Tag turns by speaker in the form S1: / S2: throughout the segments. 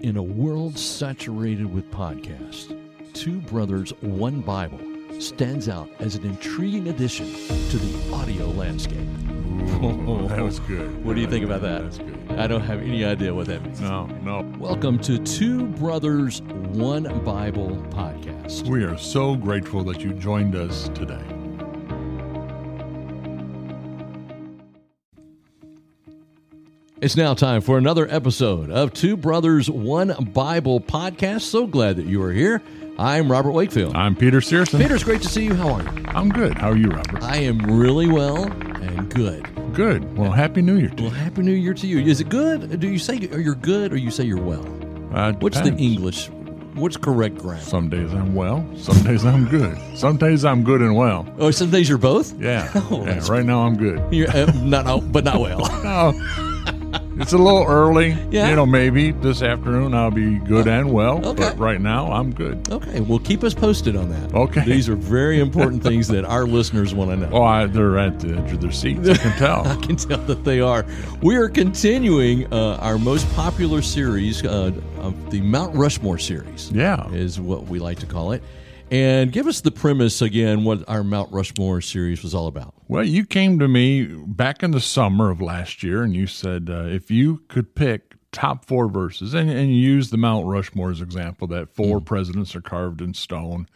S1: In a world saturated with podcasts, Two Brothers, One Bible stands out as an intriguing addition to the audio landscape.
S2: Ooh, that was good.
S1: What do you think about that?
S2: That's good.
S1: I don't have any idea what that means.
S2: No, no.
S1: Welcome to Two Brothers, One Bible podcast.
S2: We are so grateful that you joined us today.
S1: It's now time for another episode of Two Brothers, One Bible podcast. So glad that you are here. I'm Robert Wakefield.
S2: I'm Peter Searson.
S1: Peter, it's great to see you. How are you?
S2: I'm good. How are you, Robert?
S1: I am really well and good.
S2: Good. Well, Happy New Year to
S1: Well,
S2: you.
S1: Happy New Year to you. Is it good? Do you say you're good or you say you're well?
S2: Uh,
S1: What's the
S2: depends.
S1: English? What's correct grammar?
S2: Some days I'm well. Some days I'm good. Some days I'm good and well.
S1: Oh, some days you're both?
S2: Yeah.
S1: Oh,
S2: yeah
S1: that's-
S2: right now I'm good.
S1: You're, uh, not, oh, but not well.
S2: No. It's a little early.
S1: Yeah.
S2: You know, maybe this afternoon I'll be good and well.
S1: okay.
S2: But right now I'm good.
S1: Okay, well, keep us posted on that.
S2: Okay.
S1: These are very important things that our listeners want to know.
S2: Oh, I, they're at the edge of their seats. I can
S1: I
S2: tell.
S1: can tell that they are. We are continuing uh, our most popular series, uh, of the Mount Rushmore series,
S2: Yeah.
S1: is what we like to call it. And give us the premise again, what our Mount Rushmore series was all about.
S2: Well, you came to me back in the summer of last year and you said uh, if you could pick top four verses and, and you used the Mount Rushmore's example that four presidents are carved in stone.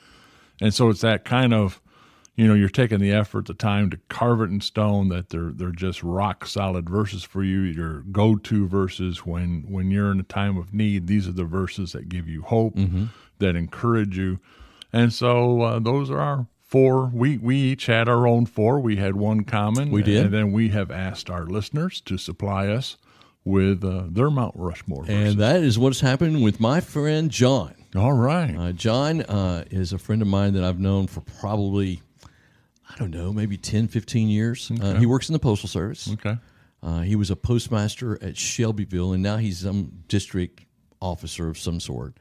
S2: And so it's that kind of, you know, you're taking the effort, the time to carve it in stone that they're they're just rock solid verses for you, your go to verses when when you're in a time of need. These are the verses that give you hope,
S1: Mm-hmm.
S2: that encourage you, and so uh, those are our four. We we each had our own four. We had one common.
S1: We did.
S2: and then we have asked our listeners to supply us with uh, their Mount Rushmore. verses.
S1: And that is what's happened with my friend John.
S2: All right,
S1: Uh, John uh, is a friend of mine that I've known for probably, I don't know, maybe 10, 15 years. Uh, he works in the Postal Service.
S2: okay.
S1: Uh, he was a postmaster at Shelbyville, and now he's some district officer of some sort.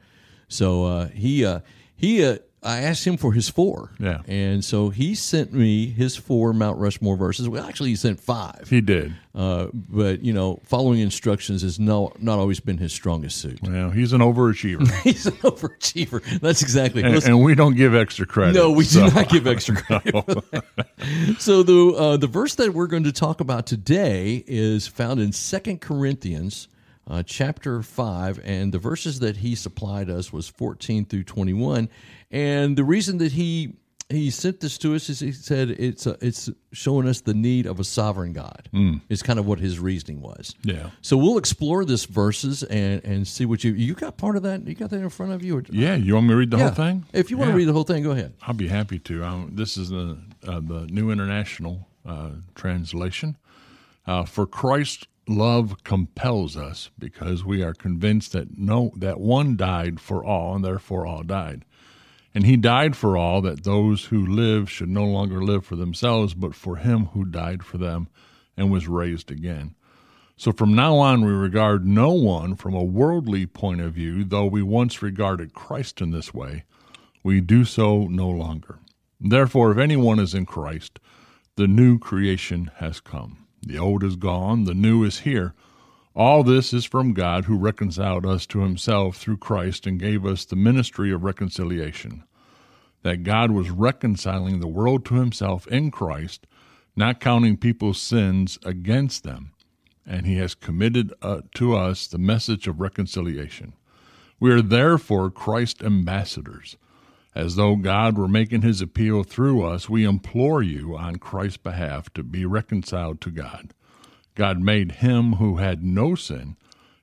S1: So uh, he uh, he uh, I asked him for his four,
S2: Yeah.
S1: and so he sent me his four Mount Rushmore verses. Well, actually, he sent five,
S2: He did.
S1: uh, but you know, following instructions has no not always been his strongest suit.
S2: Well, he's an overachiever.
S1: He's an overachiever. That's exactly.
S2: and,
S1: Listen,
S2: and we don't give extra credit.
S1: no, we
S2: so-
S1: do not give extra credit. for that. So the uh, the verse that we're going to talk about today is found in Second Corinthians uh, chapter five, and the verses that he supplied us was fourteen through twenty one, and the reason that he he sent this to us is he said it's a, it's showing us the need of a sovereign God. Is kind of what his reasoning was.
S2: Hmm. Yeah.
S1: So we'll explore this verses and and see what you you got part of that you got that in front of you. Or,
S2: Yeah, you want me to read the
S1: Yeah.
S2: whole thing?
S1: If you want
S2: Yeah,
S1: to read the whole thing, go ahead.
S2: I'll be happy to. Um, this is the uh, the New International uh, Translation. Uh, For Christ's love compels us, because we are convinced that no that one died for all, and therefore all died. And he died for all, that those who live should no longer live for themselves, but for him who died for them and was raised again. So from now on, we regard no one from a worldly point of view, though we once regarded Christ in this way. We do so no longer. Therefore, if anyone is in Christ, the new creation has come. The old is gone, the new is here. All this is from God who reconciled us to himself through Christ and gave us the ministry of reconciliation. That God was reconciling the world to himself in Christ, not counting people's sins against them and he has committed uh, to us the message of reconciliation. We are therefore Christ's ambassadors. As though God were making his appeal through us, we implore you on Christ's behalf to be reconciled to God. God made him who had no sin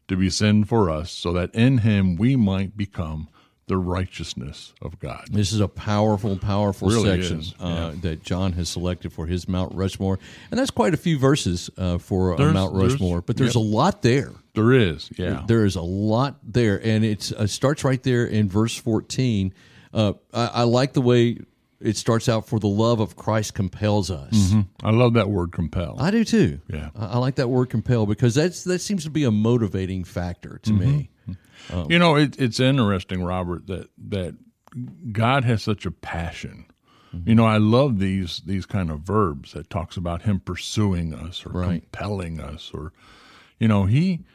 S2: to be sin for us, so that in him we might become the righteousness of God.
S1: This is a powerful, powerful
S2: Really
S1: section
S2: is,
S1: uh, that John has selected for his Mount Rushmore, and that's quite a few verses uh, for a
S2: There's-
S1: Mount
S2: there's-
S1: Rushmore. But there's a lot there.
S2: There is, yeah.
S1: There is a lot there, and it's, it starts right there in verse fourteen. Uh, I, I like the way it starts out. For the love of Christ compels us.
S2: I love that word compel.
S1: I do too.
S2: Mm-hmm. Yeah.
S1: I, I like that word compel because that's that seems to be a motivating factor to
S2: Mm-hmm.
S1: me.
S2: You know, it, it's interesting, Robert, that that God has such a passion. You know, I love these these kind of verbs that talks about Him pursuing us or
S1: Right.
S2: compelling us, or you know, He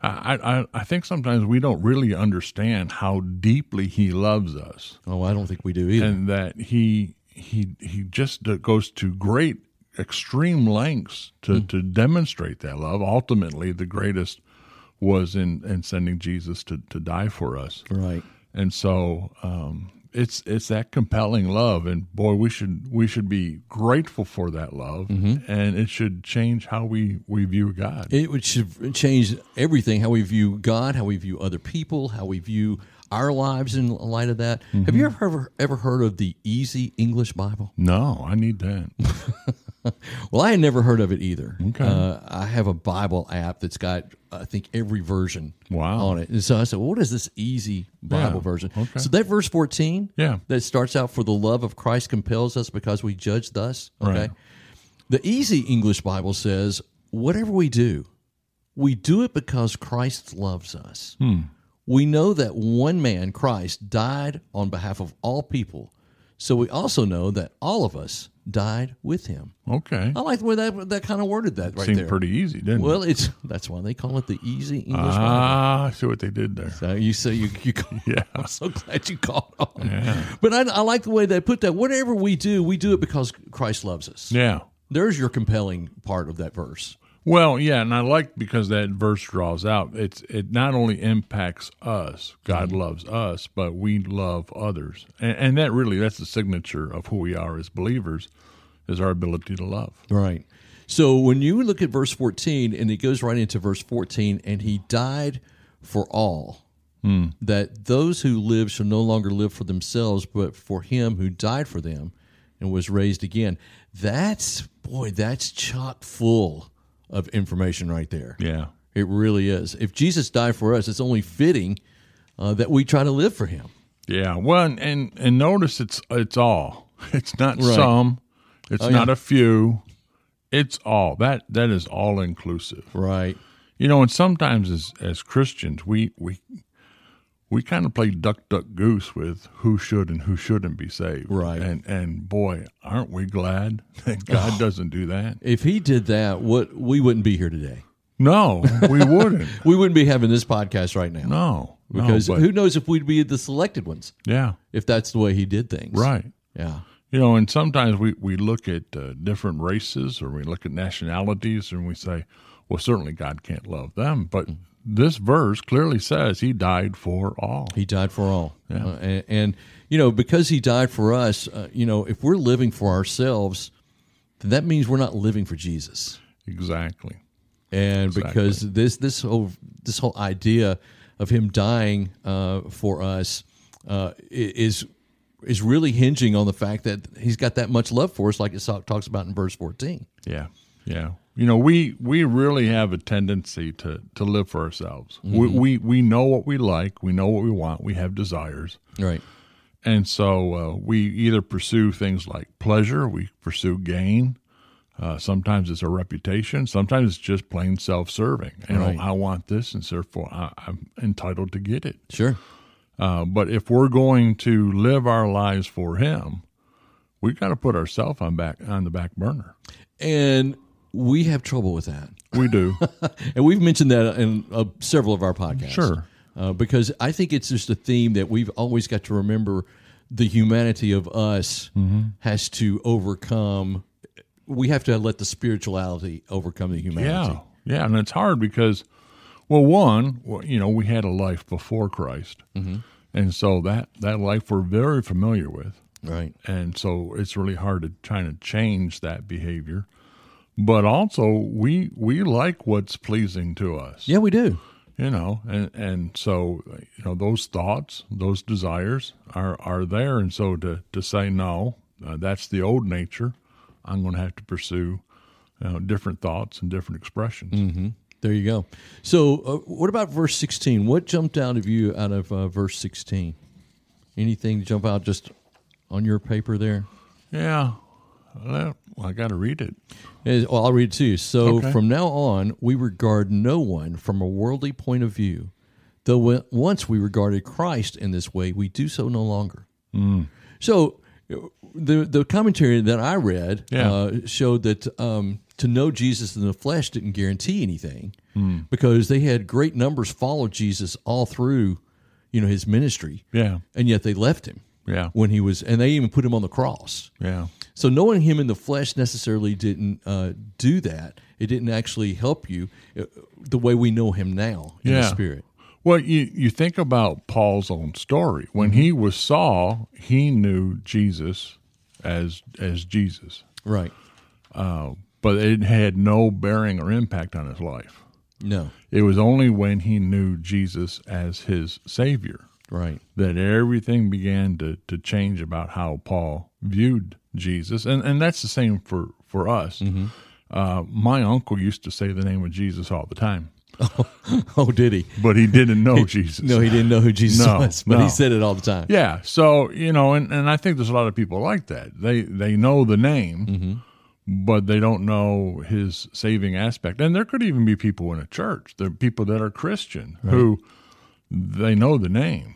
S2: I, I, I think sometimes we don't really understand how deeply he loves us
S1: Oh, I don't think we do either.
S2: and that he he he just goes to great extreme lengths to to demonstrate that love ultimately the greatest was in in sending Jesus to to die for us
S1: right.
S2: and so um it's it's that compelling love and boy we should we should be grateful for that love and it should change how we we view God
S1: Mm-hmm. It would should change everything how we view God, how we view other people, how we view our lives in light of that. Have you ever, ever ever heard of the Easy English Bible?
S2: no I need that
S1: Well, I had never heard of it either. Okay. Uh, I have a Bible app that's got, I think, every version
S2: Wow.
S1: on it. And so I said, well, what is this easy Bible
S2: Yeah,
S1: version?
S2: okay.
S1: So that verse 14
S2: Yeah.
S1: that starts out, for the love of Christ compels us because we judge thus. Okay.
S2: Right.
S1: The easy English Bible says, whatever we do, we do it because Christ loves us.
S2: Hmm.
S1: We know that one man, Christ, died on behalf of all people. So we also know that all of us died with him.
S2: okay
S1: I like the way that that kind of worded that right
S2: seemed
S1: Oh, there.
S2: pretty easy didn't it
S1: well, it's that's why they call it the easy English. Bible.
S2: ah I see what they did there
S1: So you so you you.
S2: yeah
S1: I'm so glad you caught on. But I, I like the way they put that. Whatever we do, we do it because Christ loves us.
S2: yeah
S1: There's your compelling part of that verse.
S2: Well, yeah, and I like because that verse draws out. It's it not only impacts us, God
S1: Mm-hmm.
S2: loves us, but we love others, and, and that really that's the signature of who we are as believers, is our ability to love.
S1: Right. So when you look at verse 14, and it goes right into verse 14, and he died for all, that those who live shall no longer live for themselves, but for him who died for them and was raised again. That's, boy, that's chock full of information right there.
S2: Yeah,
S1: It really is. If Jesus died for us, it's only fitting uh, that we try to live for him.
S2: yeah. Well, and and, and notice it's it's all. It's not some. It's
S1: Oh,
S2: not a few. It's all. That that is all inclusive.
S1: Right.
S2: You know, and sometimes as as Christians, we we we kind of play duck duck goose with who should and who shouldn't be saved.
S1: Right. Oh.
S2: And and boy, aren't we glad that God doesn't do that?
S1: If he did that, what we wouldn't be here today.
S2: No, we wouldn't.
S1: We wouldn't be having this podcast right now.
S2: No. no,
S1: because
S2: Oh, but-
S1: who knows if we'd be the selected ones
S2: yeah,
S1: if that's the way he did things.
S2: right.
S1: Yeah.
S2: You know, and sometimes we, we look at uh, different races or we look at nationalities and we say, well, certainly God can't love them. But this verse clearly says he died for all.
S1: He died for all. Uh, and, and, you know, because he died for us, uh, you know, if we're living for ourselves, then that means we're not living for Jesus.
S2: Exactly.
S1: And because this this whole this whole idea of him dying uh, for us uh, i- is is really hinging on the fact that he's got that much love for us, like it so- talks about in verse fourteen.
S2: Yeah, yeah. You know, we we really have a tendency to to live for ourselves. We, we we know what we like. We know what we want. We have desires,
S1: Right.
S2: and so uh, we either pursue things like pleasure. We pursue gain. Uh, sometimes it's a reputation. Sometimes it's just plain self-serving. You
S1: Right.
S2: know, I want this, and therefore I, I'm entitled to get it.
S1: Sure.
S2: Uh, but if we're going to live our lives for Him, we've got to put ourselves on back on the back burner.
S1: And we have trouble with that.
S2: We do,
S1: and we've mentioned that in uh, several of our podcasts.
S2: Sure.
S1: Uh, because I think it's just a theme that we've always got to remember the humanity of us has to overcome. We have to let the spirituality overcome the humanity.
S2: Yeah, yeah, and it's hard because, well, one, well, you know, we had a life before Christ, and so that that life we're very familiar with,
S1: Right.
S2: and so it's really hard to try to change that behavior. But also, we we like what's pleasing to us,
S1: Yeah, we do.
S2: you know, and and so you know those thoughts, those desires are are there, and so to to say no, uh, that's the old nature. I'm going to have to pursue. You know, different thoughts and different expressions.
S1: There you go. So, uh, what about verse 16? What jumped out of you out of uh, verse 16? Anything jump out just on your paper there?
S2: Yeah. Well, I got to read it.
S1: Is- Well, I'll read it to you. So
S2: Okay.
S1: from now on, we regard no one from a worldly point of view. Though we- once we regarded Christ in this way, we do so no longer.
S2: Hmm.
S1: So uh, the the commentary that I read
S2: Yeah.
S1: uh, showed that um, to know Jesus in the flesh didn't guarantee anything
S2: Hmm.
S1: because they had great numbers follow Jesus all through, you know, his ministry,
S2: Yeah.
S1: and yet they left him
S2: Yeah.
S1: when he was, and they even put him on the cross.
S2: Yeah.
S1: So knowing him in the flesh necessarily didn't uh, do that. It didn't actually help you uh, the way we know him now in the
S2: Yeah.
S1: spirit.
S2: Well, you, you think about Paul's own story. When he was Saul, he knew Jesus as as Jesus,
S1: Right.
S2: but it had no bearing or impact on his life.
S1: No.
S2: It was only when he knew Jesus as his Savior
S1: Right.
S2: that everything began to, to change about how Paul viewed Jesus. And and that's the same for, for us. Uh, my uncle used to say the name of Jesus all the time,
S1: Oh, did he?
S2: but he didn't know Jesus.
S1: No, he didn't know who Jesus
S2: No,
S1: was, but
S2: no.
S1: he said it all the time.
S2: Yeah. So, you know, and, and I think there's a lot of people like that. They they know the name, but they don't know his saving aspect. And there could even be people in a church, there are people that are Christian who they know the name,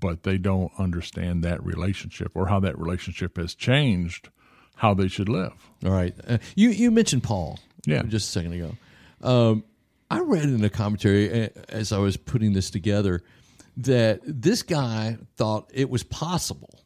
S2: but they don't understand that relationship or how that relationship has changed how they should live.
S1: All right. Uh, you you mentioned Paul.
S2: Yeah.
S1: Just a second ago. Um, I read in a commentary uh, as I was putting this together that this guy thought it was possible.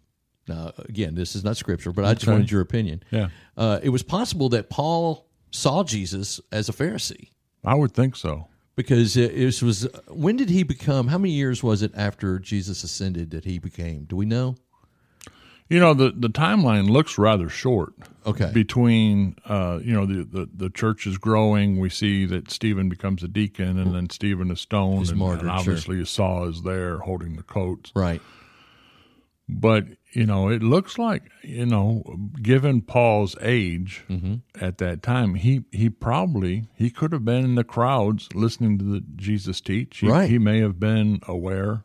S1: Now, again, this is not scripture, but I just wanted your opinion.
S2: Yeah.
S1: Uh, it was possible that Paul saw Jesus as a Pharisee
S2: I would think so.
S1: because it, it was when did he become? How many years was it after Jesus ascended that he became? Do we know?
S2: You know, the, the timeline looks rather short.
S1: Okay.
S2: Between, uh, you know, the, the, the church is growing. We see that Stephen becomes a deacon, and then Stephen is stoned, and,
S1: martyred,
S2: and obviously Saul is there holding the coats.
S1: right.
S2: But you know, it looks like you know, given Paul's age
S1: Mm-hmm.
S2: at that time, he he probably he could have been in the crowds listening to the Jesus teach. He,
S1: Right.
S2: He may have been aware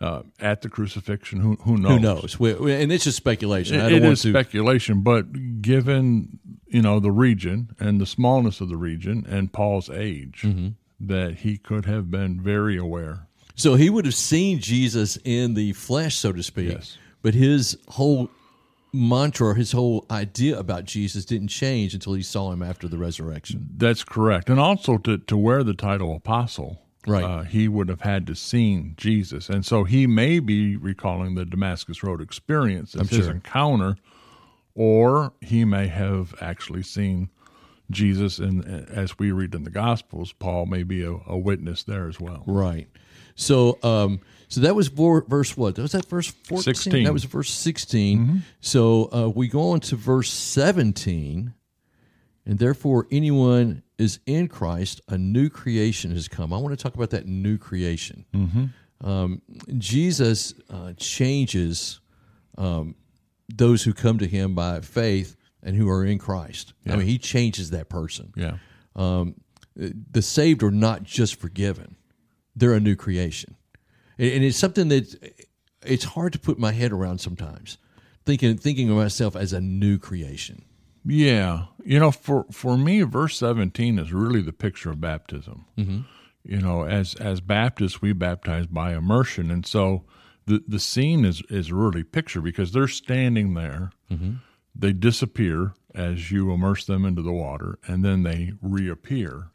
S2: uh, at the crucifixion. Who who knows?
S1: Who knows? We, we- and it's just speculation. I
S2: It-
S1: don't
S2: it
S1: want
S2: is
S1: to.
S2: speculation, but given you know the region and the smallness of the region and Paul's age,
S1: Mm-hmm.
S2: that he could have been very aware.
S1: So he would have seen Jesus in the flesh, so to speak.
S2: Yes.
S1: But his whole mantra, his whole idea about Jesus didn't change until he saw him after the resurrection.
S2: That's correct, and also to to wear the title apostle,
S1: Right.
S2: Uh, he would have had to seen Jesus, and so he may be recalling the Damascus Road experience as his
S1: sure.
S2: encounter, or he may have actually seen. Jesus, and as we read in the Gospels, Paul may be a, a witness there as well.
S1: Right. So um so that was vor- verse what? Was that verse 14?
S2: 16.
S1: That was verse 16. So uh, we go on to verse 17. And therefore, anyone is in Christ, a new creation has come. I want to talk about that new creation. Um, Jesus uh, changes um, those who come to him by faith and who are in Christ. I mean, he changes that person
S2: Yeah.
S1: the saved are not just forgiven; they're a new creation, and, and it's something that it's hard to put my head around sometimes. Thinking thinking of myself as a new creation.
S2: Yeah, you know, for for me, verse seventeen is really the picture of baptism. Mm-hmm. You know, as as Baptists, we baptize by immersion, and so the the scene is is really picture because they're standing there. They disappear as you immerse them into the water, and then they reappear.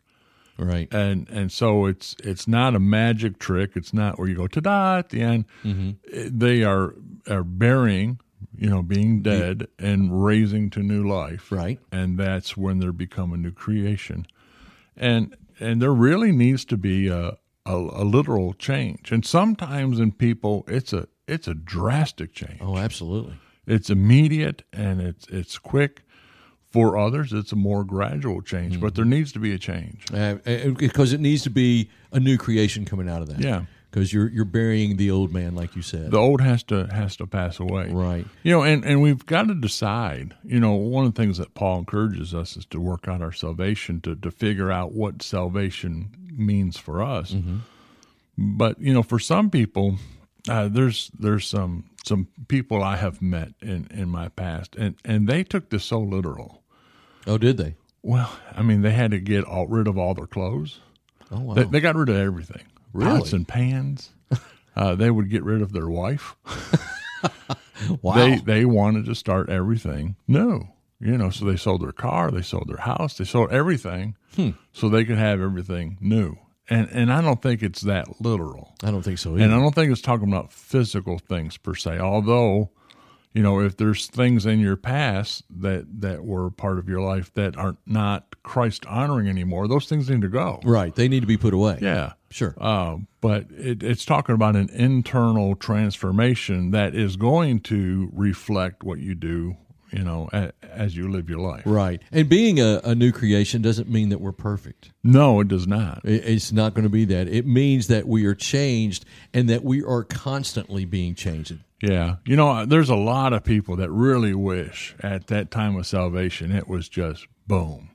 S1: Right.
S2: And and so it's it's not a magic trick. It's not where you go ta da at the end. Eh,
S1: Mm-hmm.
S2: They are are burying, you know, being dead and raising to new life
S1: Right.
S2: and that's when they become a new creation and and there really needs to be a, a a literal change and sometimes in people it's a it's a drastic change
S1: Oh, absolutely.
S2: it's immediate and it's it's quick for others it's a more gradual
S1: Mm-hmm.
S2: change but there needs to be a change
S1: Uh, uh, because it needs to be a new creation coming out of that.
S2: Yeah.
S1: Because you're you're burying the old man, like you said.
S2: the old has to has to pass away
S1: right.
S2: You know, and, and we've got to decide. You know, one of the things that Paul encourages us is to work out our salvation, to, to figure out what salvation means for us.
S1: Mm-hmm.
S2: But you know, for some people, uh, there's there's some some people I have met in in my past, and and they took this so literal.
S1: Oh, did they?
S2: Well, I mean, they had to get all, rid of all their clothes.
S1: Oh, wow.
S2: They, they got rid of everything.
S1: Really?
S2: Pots and pans. uh, they would get rid of their wife
S1: wow.
S2: they they wanted to start everything new You know, so they sold their car, they sold their house, they sold everything so they could have everything new. And and I don't think it's that literal.
S1: I don't think so
S2: And
S1: either.
S2: I don't think it's talking about physical things per se, although, you know, if there's things in your past that that were part of your life that are not Christ honoring anymore, those things need to go.
S1: Right. They need to be put away.
S2: Yeah.
S1: Sure.
S2: Uh, but it, it's talking about an internal transformation that is going to reflect what you do, you know, a, as you live your life.
S1: Right. And being a, a new creation doesn't mean that we're perfect.
S2: No, it does not.
S1: It- It's not going to be that. It means that we are changed and that we are constantly being changed.
S2: Yeah. You know, there's a lot of people that really wish at that time of salvation it was just boom.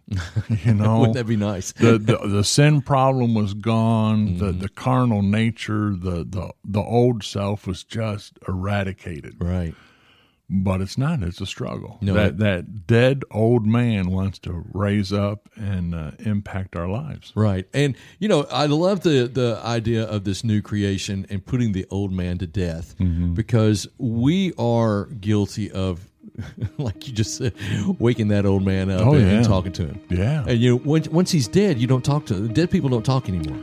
S2: You know,
S1: Wouldn't that be Mm-hmm. nice?
S2: the, the the sin problem was gone. The the carnal nature, the the the old self was just eradicated.
S1: Right.
S2: But it's not. It's a struggle.
S1: No,
S2: that
S1: it-
S2: that dead old man wants to raise up and uh, impact our lives.
S1: Right. And you know, I love the the idea of this new creation and putting the old man to death
S2: Mm-hmm.
S1: because we are guilty of like you just said waking that old man up
S2: Oh,
S1: and,
S2: yeah.
S1: and talking to him.
S2: Yeah,
S1: And you know, once, once he's dead, you don't talk to dead people don't talk anymore.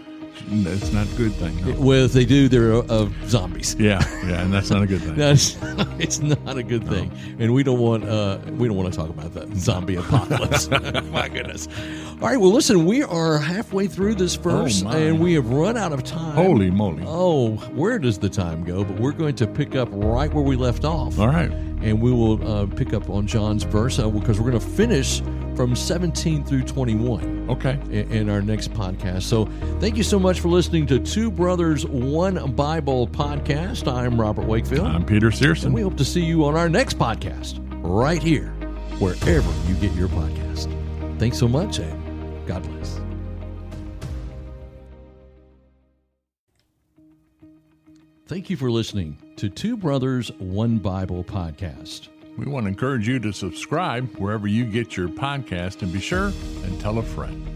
S2: it's not a good thing. no.
S1: Well, if they do, they're uh, zombies.
S2: Yeah, yeah, and that's not a good thing.
S1: That's it's not a good thing, and we don't want uh, we don't want to talk about that zombie apocalypse. my goodness! All right, well, listen, we are halfway through this verse,
S2: Oh, my.
S1: and we have run out of time.
S2: Holy moly!
S1: Oh, where does the time go? But we're going to pick up right where we left off,
S2: All right.
S1: and we will uh, pick up on John's verse uh, because we're going to finish from 17 through 21
S2: Okay.
S1: in, in our next podcast. So thank you so much for listening to Two Brothers One Bible podcast. I'm Robert Wakefield,
S2: I'm Peter Searson.
S1: and we hope to see you on our next podcast right here, wherever you get your podcast. Thanks so much, and God bless. Thank you for listening to Two Brothers One Bible podcast.
S2: We want to encourage you to subscribe wherever you get your podcast and be sure and tell a friend.